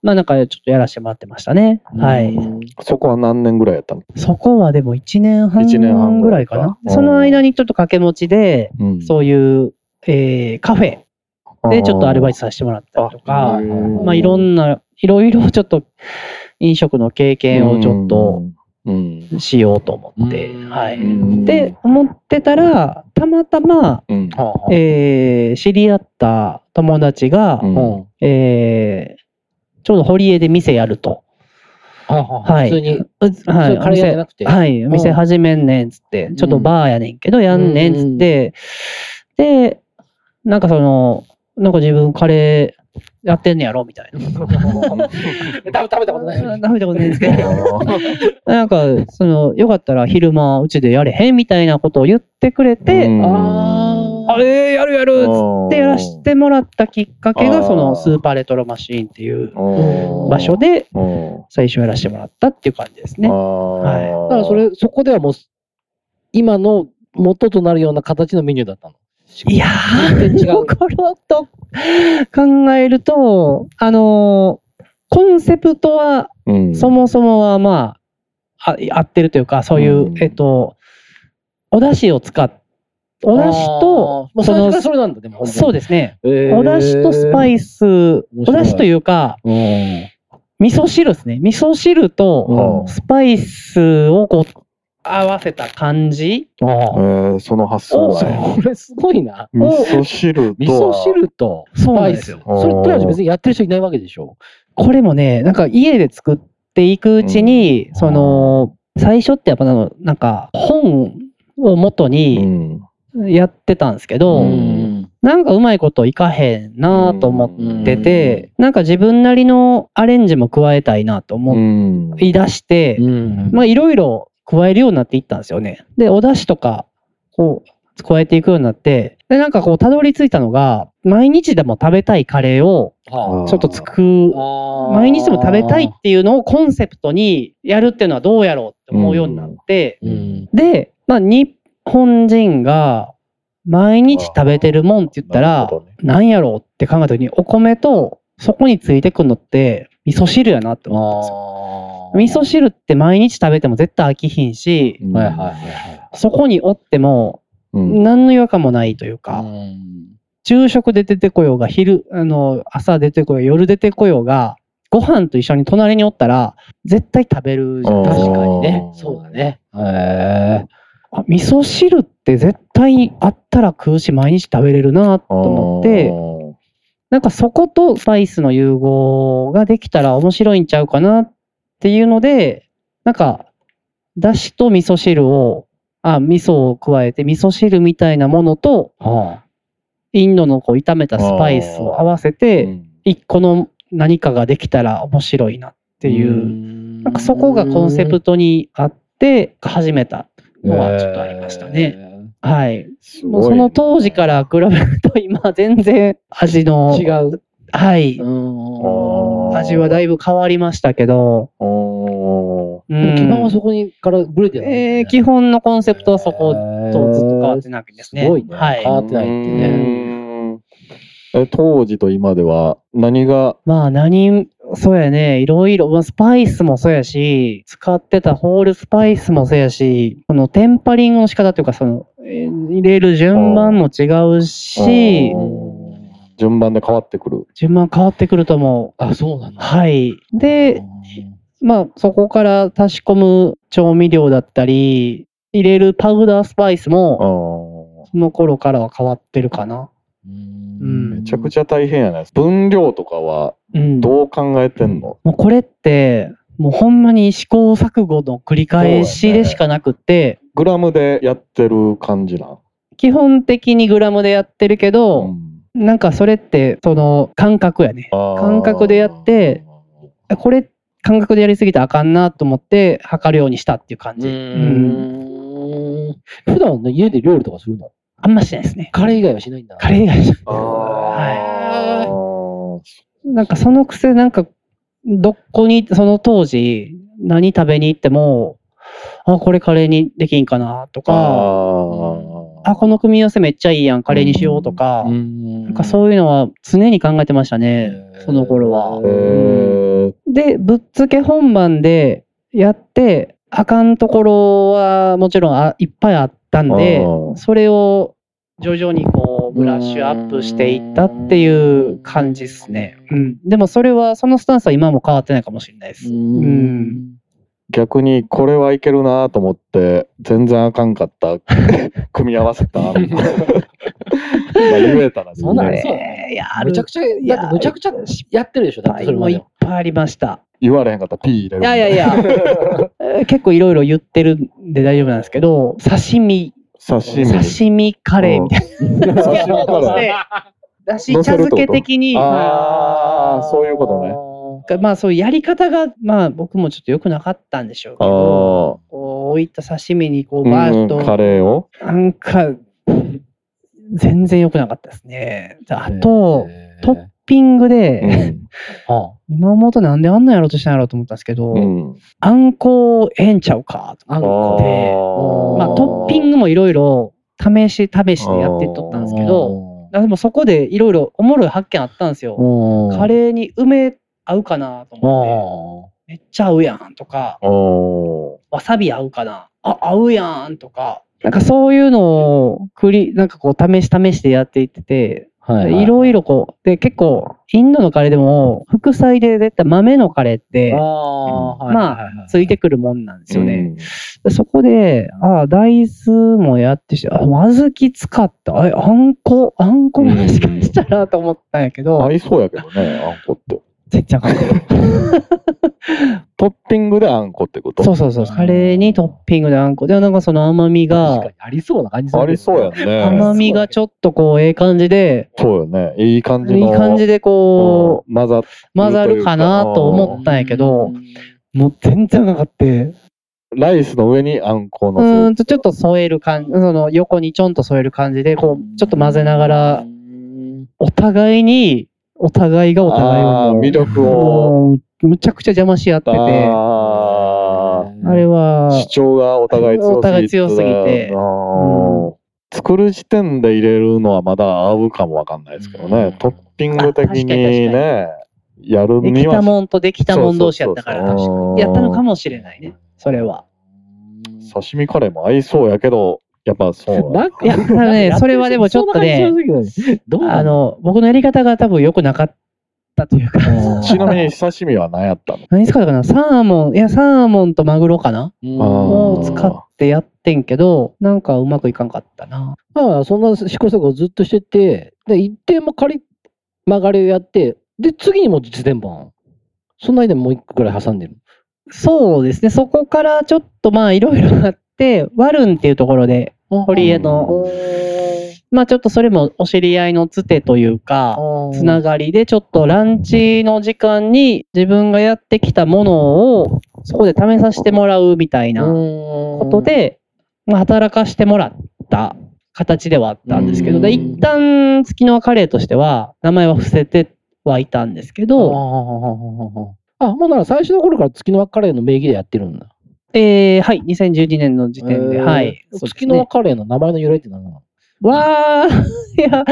まあなんかちょっとやらせてもらってましたね。はい。そこは何年ぐらいやったのそこはでも1年一年半半ぐぐららいいかかなな。その間にちょっと掛け持ちで、うんそういう、えーカフェでちょっとアルバイトトさせてもらったりとか、ままあいろんな、いろいろちょっと飲食の経験をちょっとうん、しようと思って、うんはい。うんで、思ってたら、たまたま、うんはえー知り合った友達が、うんえーちょうど堀江で店やると。あはあはい。普通に、うそはれい、カレー屋じゃなくて はい、うん店始めんねんっつって、ちょっとバーやねんけど、やんねんっつって、で、なんかその、なんか自分カレーやってんねやろみたいな。食べ食べたことないのに。食べたことないですけど。 なんか、その、よかったら昼間うちでやれへんみたいなことを言ってくれて、ああれやるやるっつっってやらせてもらったきっかけあーが、そのスーパーレトロマシーンっていう場場所でね。最初やらせてもらったっていう感じですね。いだからそれ、そこではもう、今の元となるような形のメニューだったの。いや全ー、然違うところと考えると、あのーコンセプトは、うん、そもそもはまあ、あ合ってるというか、そういう、うんえっと、お出汁を使っ、お出汁と、あー、そそのの、それなんだ、でも。そうですね。えーお出汁とスパイス、お白い出汁というか、うん味噌汁ですね。味噌汁うとんスパイスをこう合わせた感じえーその発想おはね。それすごいな。味噌汁と。味噌汁とスそうなパんイですス。よそれ当時別にやってる人いないわけでしょ。これもね、なんか家で作っていくうちに、その、最初ってやっぱなの、なんか本を元うにん。やってたんですけど、うんなんかうまいこといかへんなと思ってて、なんか自分なりのアレンジも加えたいなとう思ん。い出して、うんまあいろいろ加えるようになっていったんですよね。で、お出汁とか、こう、加えていくようになって、で、なんかこう、たどり着いたのが、毎日でも食べたいカレーを、はちょっと作ああー毎日でも食べたいっていうのをコンセプトにやるっていうのはどうやろうって思うようになって、うんで、まあ、日本人が毎日食べてるもんって言ったなるらほどね、何やろうって考えた時に、お米とそこについてくるのって味噌汁やなって思ったんですよ。味噌汁って毎日食べても絶対飽きひんし、うんはいはいはいはい。そこにおってもうん何の違和感もないというか、昼食で出てこようが、昼、あの、朝出てこようが、夜出てこようが、ご飯と一緒に隣におったら、絶対食べるじゃん。うん確確かかにねう。んそうだね。へえ。あ味噌汁って絶対あったら食うし、毎日食べれるなと思って、なんかそことスパイスの融合ができたら面白いんちゃうかなっていうので、なんか、だしと味噌汁を、あ、味噌を加えて、味噌汁みたいなものと、はインドのこう炒めたスパイスを合わせて、一個の何かができたら面白いなっていう、うなんかそこがコンセプトにあって始めたのはちょっとありましたね。ね。はい。すもうごいその当時から比べると今全然味の、違う。はい、うんあー味はだいぶ変わりましたけど、おうでもん基本はそこにからブレてないんだえね。ー基本のコンセプトはそこととずっと変わってないわけですね。すごいねはい変ーわってないってねうんえ当時と今では何がまあ何、そうやね、いろいろ、まあスパイスもそうやし、使ってたホールスパイスもそうやし、このテンパリングの仕方というか、その、えー入れる順番も違うしう、ん順番で変わってくる。順番変わってくると思う。あ、そうなんだ。はい。で、まあそこから足し込む調味料だったり、入れるパウダースパイスも、あその頃からは変わってるかな。うんーめちゃくちゃ大変やない分量とかはうん。もどう考えてんの、うこれって、もうほんまに試行錯誤の繰り返しでしかなくって、グラムでやってる感じなん。基本的にグラムでやってるけど、なんかそれってその感覚やね感感覚でやって、これ感覚でやりすぎたらあかんなと思って測るようにしたっていう感うじ、ん。普段ね、家で料理とかするのあんましないですねカレー以外はしないんだ。カレー以外じゃあーあー。なんかそのくせなんかどこにその当時何食べに行ってもあこれカレーにできんかなとかああこの組み合わせめっちゃいいやんカレーにしようとか、うん。なんかそういうのは常に考えてましたね、その頃はー。へえで、ぶっつけ本番でやって、あかんところはもちろんあいっぱいあったんであー、それを徐々にこうブラッシュアップしていったっていう感じですね。うん。でもそれは、そのスタンスは今も変わってないかもしれないです。ん逆にこれはいけるなと思って全然あかんかった 組み合わせ たまあ言えたらそんなんありそうねいや、あるむちゃくちゃ、だってむちゃくちゃやってるでしょ、だってそれまもいでっ。ぱいありました。言われへんかったら P 入れるいやいやいや、え ー結構いろいろ言ってるんで大丈夫なんですけど、刺身、刺身刺身カレーみたいうん刺身なかのらで、だし茶漬け的に、ああそういうことねね。がまあそういうやり方が、まあ僕もちょっと良くなかったんでしょうけあど、ーこう置いた刺身にこううバーッんうんカと、レーをなんか、全然良くなかったですね。であと、えートッピングうで、んあ今思うとなんであんなんやろうとしたんやろうと思ったんですけど、うんあんこええんちゃうかとあんあこーでまあ、トッピングもいろいろ試し試しでやっていっとったんですけど、あでもそこでいろいろおもろい発見あったんですよ。カーレーに梅合うかなと思って、めっちゃ合うやんとか、あーわさび合うかな、あ、合うやんとか、なんかそういうのをくり、なんかこう試し試しでやっていってて、はいろいろこう、で結構インドのカレーでも副菜で絶対豆のカレーってままついてくるもんなんですよね。うんでそこで、ああ、大豆もやってし、あ、小豆使った。あれ、あんこ、あんこもしかしたらと思ったんやけど合、いそうやけどねあんこってちっちゃかった。トッピングであんこってことそうそうそう。カレーにトッピングであんこ。でもなんかその甘み確かがに、ありそうな感じするあけどりそうや。んね甘みがちょっとこう、ええ感じで、そうよねいい感じいのい感じでこうん混ざっう、混ざるかなと思ったんやけど、もう全然なかった。うライスの上にあんこのーんと、ちょっと添える感じ、その横にちょんと添える感じで、こう、ちょっと混ぜながら、お互いに、お互いがお互いをあもーう。魅力をもうむちゃくちゃ邪魔し合ってて、ああーれは、主張がお互い強すぎてお互い強すぎてあー作る時点で入れるのはまだ合うかもわかんないですけどね、うんトッピング的にあ確かねやるでにきはたもんとできたもん同士やったから、そうそうそう確かにやったのかもしれないね、それは。刺身カレーも合いそうやけどやっぱそうなんだなんかいや、多分ね、それはでもちょっとね、、どうあの、僕のやり方が多分良くなかったというか、ちなみに刺身は何やったの何使ったかなサーモン、いや、サーモンとマグロかなにもをう使ってやってんけど、なんかうまくいかんかったな。まあ、そんな試行錯誤をずっとしてて、で、一定も仮曲がりをやって、で、次にもう実伝版。その間にもう一個ぐらい挟んでる。そうですね、そこからちょっとまあいろいろあって、ワルンっていうところで、堀江のまあちょっとそれもお知り合いのつてというか、つながりでちょっとランチの時間に自分がやってきたものをそこで試させてもらうみたいなこ、ことで、まあ、働かしてもらった形ではあったんですけうど、んで一旦月のカレーとしては名前は伏せてはいたんですけあ、ど、もうなら最初の頃から月の輪カレーの名義でやってるんだ。えー、はい、2012年の時点で、えーはい。月の輪わカレーの名前の由来って何なのわー、 いや、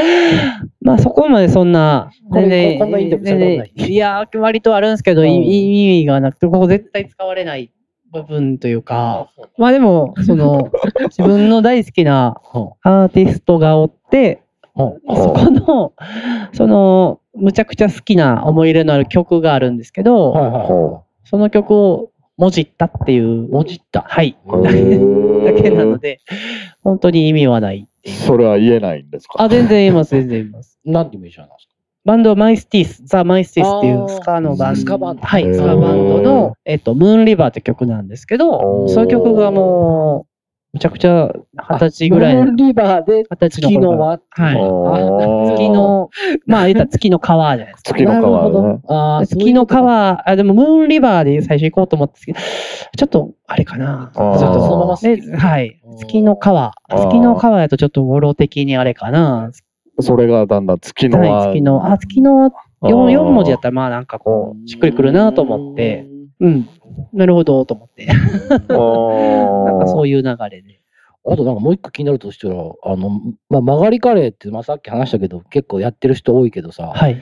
まあそこまでそんな、これここんなインタビューされたことない全然いや、割とあるんですけど、いうん意味がなくて、ここ絶対使われない部分というか、まあでも、その、 自分の大好きなアーティストがおって、うんそこの、その、むちゃくちゃ好きな思い入れのある曲があるんですけど、はいはいはその曲をもじったっていう。もじったはい。だだけなので、本当に意味はない。それは言えないんですかあ、全然言います、全然言います。い。なんて名称なんですかバンドはマイスティース、ザ・マイスティースっていあうースカのバンド。スカバンドはい、へースカバンドの、えっと、ムーンリバーって曲なんですけどお、ーその曲がもう、むちゃくちゃ二十歳ぐらいムーのンリバーで二十歳の月頃のから輪。あーはい月の、まあ言ったら月の川じゃないですか。月の川ねあー月の。川、あ、でもムーンリバーで最初行こうと思ったんですけど、ちょっと、あれかな。あーちょっとそのままで、はい。月の川。あー月の川やとちょっと語呂的にあれかな。それがだんだん月のはい、月の、あ、月の4、四文字やったらまあなんかこう、しっくりくるなと思って、うん、なるほどと思って、なんた かそそういう流れで。あとなんかもう一個気になるとしたら、あの、まあ、曲がりカレーって、まあ、さっき話したけど、結構やってる人多いけどさ、はい。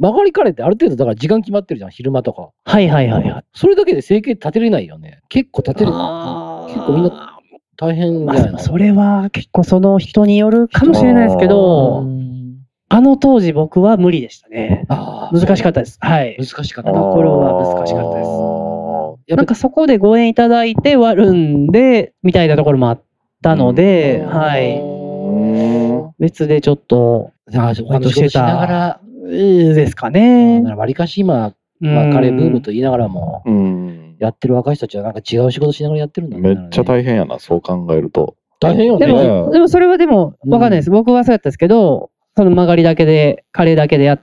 曲がりカレーってある程度だから時間決まってるじゃん、昼間とか。はいはいはいはい。それだけで生計立てれないよね。結構立てる。あー結構みんな大変まだあよでね。もそれは結構その人によるかもしれないですけうど、んあの当時僕は無理でしたね。あー難しかったです。はい。難しかっあた。ーこれは難しかったですやっなぱんかそこでご縁いただいて割るんで、みたいなところもあったので、うんはい。うん別でちょっと、あー他の仕事しながら、うーですかうんねな。らわりかし今、うまんあ、カレーブームと言いながらも、うんやってる若い人たちはなんか違う仕事しながらやってるんだねめっちゃ大変やな、そう考えると。大変よでね。も、でもそれはでも、わかんないです。僕はそうやったんですけど、その曲がりだけで、カレーだけでや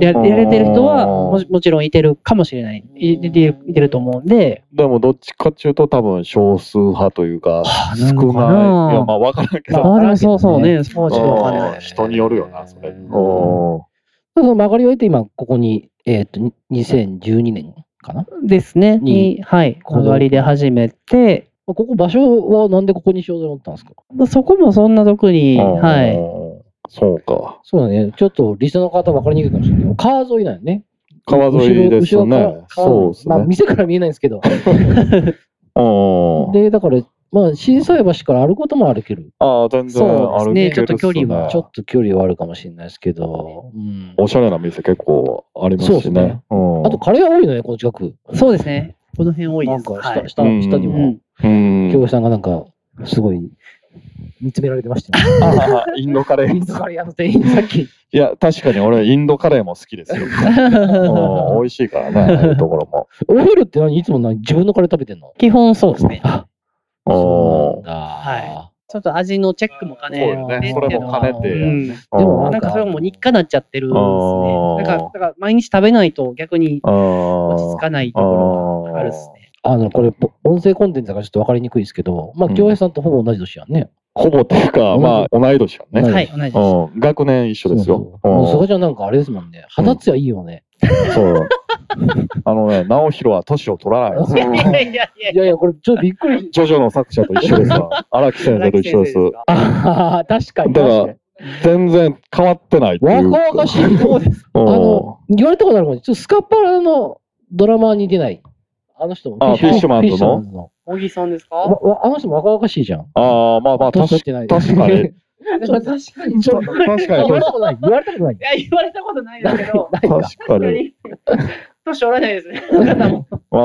やうんやれてる人はあーもし、もちろんいてるかもしれない。いいてるいてると思うんで、でもどっちかっていうと多分少数派というか、あ少ない。いや、なのかなまあわからんけまど。あでもそうそうね、そうしかわかんあなーい。人によるよな、それ。うんおその曲がりを得て今、ここに、えっと、に2012年かな。ですね。にに、はい。この曲がりで始めて、ここ場所はなんでここにしようと思ったんですかそこもそんな特に、ーはい。。そうか。そうだね。ちょっとリスナーの方分かりにくいかもしれないけど、川沿いなんよね。川沿いです後ろ後ろねか。川そうですまあ、ね。店から見えないんです けど。うんで、だから、まあ、震災橋から歩くことも歩ける。ああ、全然そう歩でけるっすねちょっと距離はちょっと距離はあるかもしれないですけど。うん、おしゃれな店結構ありまそうですすしねね。うんあと、カレー多いのね、この近く。そうですね。この辺多いなでんす。か、は下、い下、うん下にうもん、うん京子さんがなんか、すごい、見つめられてましたね。あ インドカレイ ー。ンドカレー屋の店員、さっ き。いや、確かに俺、インドカレーも好き ですよ。うん美味しいからね、ああいうところも。オイルって何いつも何自分のカレー食べてんの基本そうですね。そうなんおだ。はちょっと味のチェックも兼ねそうですねてっていうのはそれも兼ねてうんでもなんかそれも日課になっちゃってるんですあね。ーだから、だから毎日食べないと逆に落ち着かないところがあるですね。あの、これ、ぽ音声コンテンツだからちょっと分かりにくいですけど、まあ、うん京平さんとほぼ同じ年やんね。ほぼっていうか、まあ、同い年やあーね。はい、同じです。うん学年一緒ですよ。そうそうもうそこうんじゃなんかあれですもんね。肌ツヤいいよね。そう。あのね、直弘は年を取らないです。いやいやいやいやいや、これちょっとびっくり。ジョジョの作者と一緒です わ。荒木先生と一緒です。ああ、確かに。だか確らかに。全然変わってないっていう。若々しいどうです。うんあの、言われたことあるもん。ちょっとスカパラのドラマーに出ない。あの人も。あフィッシュマンズの。小木さんですかわわあの人も若々しいじゃん。ああ、まあまあ、年確取ってかない。確か に。確かに。確かに、言われ確たことない。言われたことないい。や、言われたことないですけど、ない か。かに。に。年おらないですね。あなたもまあ、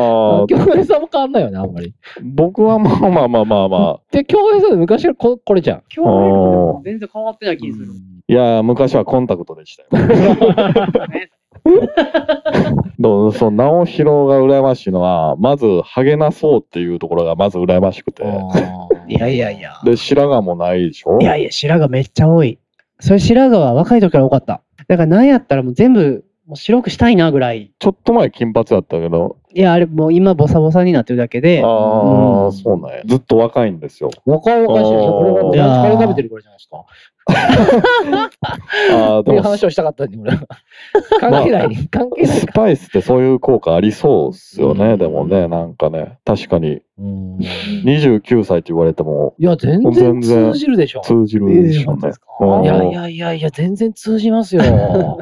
京平さんも変わんないよね、あんまり。僕はまあまあまあまあまあ、で、京平さんって昔からここれじゃん。今日も全然変わってない気がする。いや、昔はコンタクトでしたよ。 どうその直弘が羨ましいのは、まず、励なそうっていうところがまず羨ましくて、いやいやいや。で、白髪もないでしょいやいや、白髪めっちゃ多い。それ白髪は若い時から多かった。だからなんやったらもう全部もう白くしたいなぐらい。ちょっと前金髪だったけど、いや、あれもう今ボサボサになってるだけで。あうあ、んそうなんや。ずっと若いんですよ。若々しいでしょ。これはもう、いやーカレー食べてるからじゃないですか。ああ、ってでいうも、話をしたかったんで、俺は。 関係ない。関係ないスか。パイスってそういう効果ありそうっすよね、うんでもね、なんかね、確かに。 うんい29歳って言われてもや、全然全然通じるでしょ。通じるでしょうね。うんいやいやいやいや、全然通じますよ。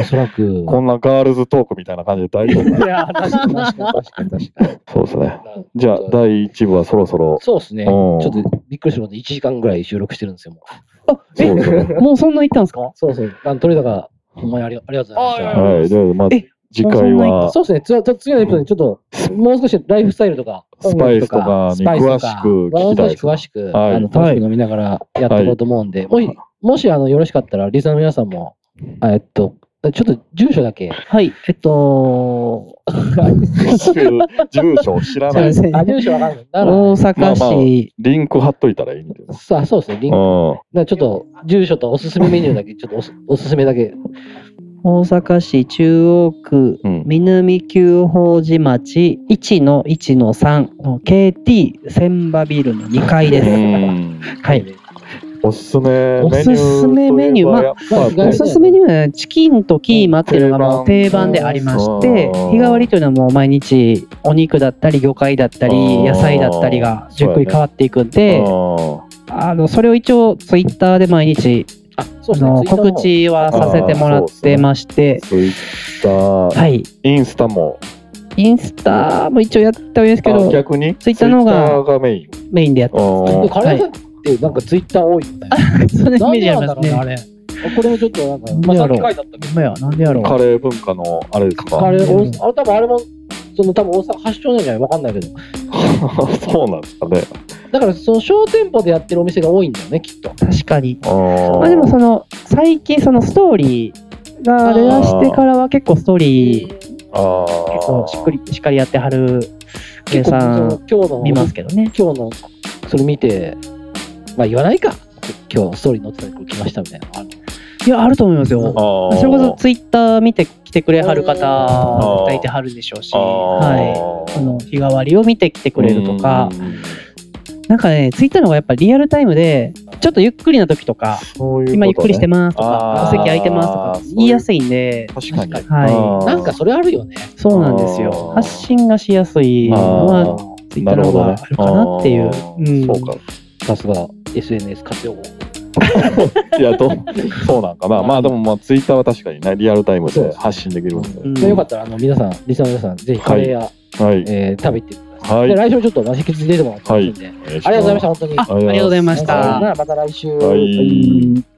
おそらく。こんなガールズトークみたいな感じで大丈夫。いや、確かに確かに確かに確かに。 そうですね。じゃあ、第1部はそろそろ。そうですね。ちうょんっとびっくりすることで1時間ぐらい収録してるんですよ。もうそうですね。もうそんな行ったんですかそうそう。あの鳥だから、ほんまにありありがとうございましあはい。で、まあえ、次回た。は、そうですね。つちょっと次のエピソードにちょっと、もう少しライフスタイルとか、スパイスとかにスパイスとか詳しく聞きたいですもう少し詳しく、はいあの楽しく飲みながらやっていこうと思うんで、もし、もしあのよろしかったら、リスナーの皆さんも、あえっと、ちょっと住所だけ、はい。えっと、 住所を知らない。あ住所わかんない。だから、大阪市、まあまリンク貼っといたらいいんだよ。さあそうですね、リンうク。だかん。らちょっと住所とおすすめメニューだけ、ちょっとおすおすすめだけ。大阪市中央区うん南九宝寺町1の1の3の KT 千葉ビルの2階でうす。んはい。おすすめメニューといえば。おすすめメニューまあやっぱまあおすすめにはチキンとキーマっていうのがもう定定番番でありまして、うん日替わりというのはもう毎日お肉だったり魚介だったうんり野菜だったりがじっくり変わっていくんうで、んあのそれを一応ツイッターで毎日あ、そうですのね。告知はさせてもらってまして、ツイッター、はい。インスタも。インスタも一応やったんですけあど、逆にツイッターの方がツイッターがメイン。メインでやってツイッター。あカレーさんってなんかツイッター多いよね。ます。そんなイなメんーでジあなりんだまろうね、あすね。れ。これもちょっとなんか、まなんあ、さっでやろきう書いてあったけほんまや、なんでやーろう。カレー文化のあれですど。カか。レー、おあれ多分あれも、その多分大阪発祥なんじゃないわかんないけど。 そうなんですかね。だからその小店舗でやってるお店が多いんだよね、きっと。確かに。あーまあでもその、最近そのストーリーが出だしてからは結構ストーリー結あー構しっくり、しっかりやってはる計結構その算今日の見ますけどね。今日のそれ見て、まあ言わないか。今日ストーリー載ってたけど来ましたみたいな。あいや、あると思いますよ。あーそれこそツイッター見てきてくれはる方、絶対いてはるでしょうし、あーはい。その日替わりを見てきてくれるとか、うんなんかね、ツイッターの方がやっぱリアルタイムで、ちょっとゆっくりな時とか、そういうことね今ゆっくりしてますとあか、ーお席空いてますとか、言いやすいんで、確かに確はなんかそれあるよね。い。そうなんですよあ。ー発信がしやすいのは、ツイッタなーるほの方どがねあるかなっていあ。ううんーそうさすが SNS 活用法。 かいやどうそうなんかなまあでもまあツイッターは確かにねリアルタイムそうで発信できるんで、うんでよかったら、あの、皆さん、リスナーの皆さん、ぜひカレー屋、はいえー食べてください。はいで来週ちょっとマシキツ出てもらってますんで、ありがとうございました、本当に。あありがとうございましさよな。たらまた来週。はい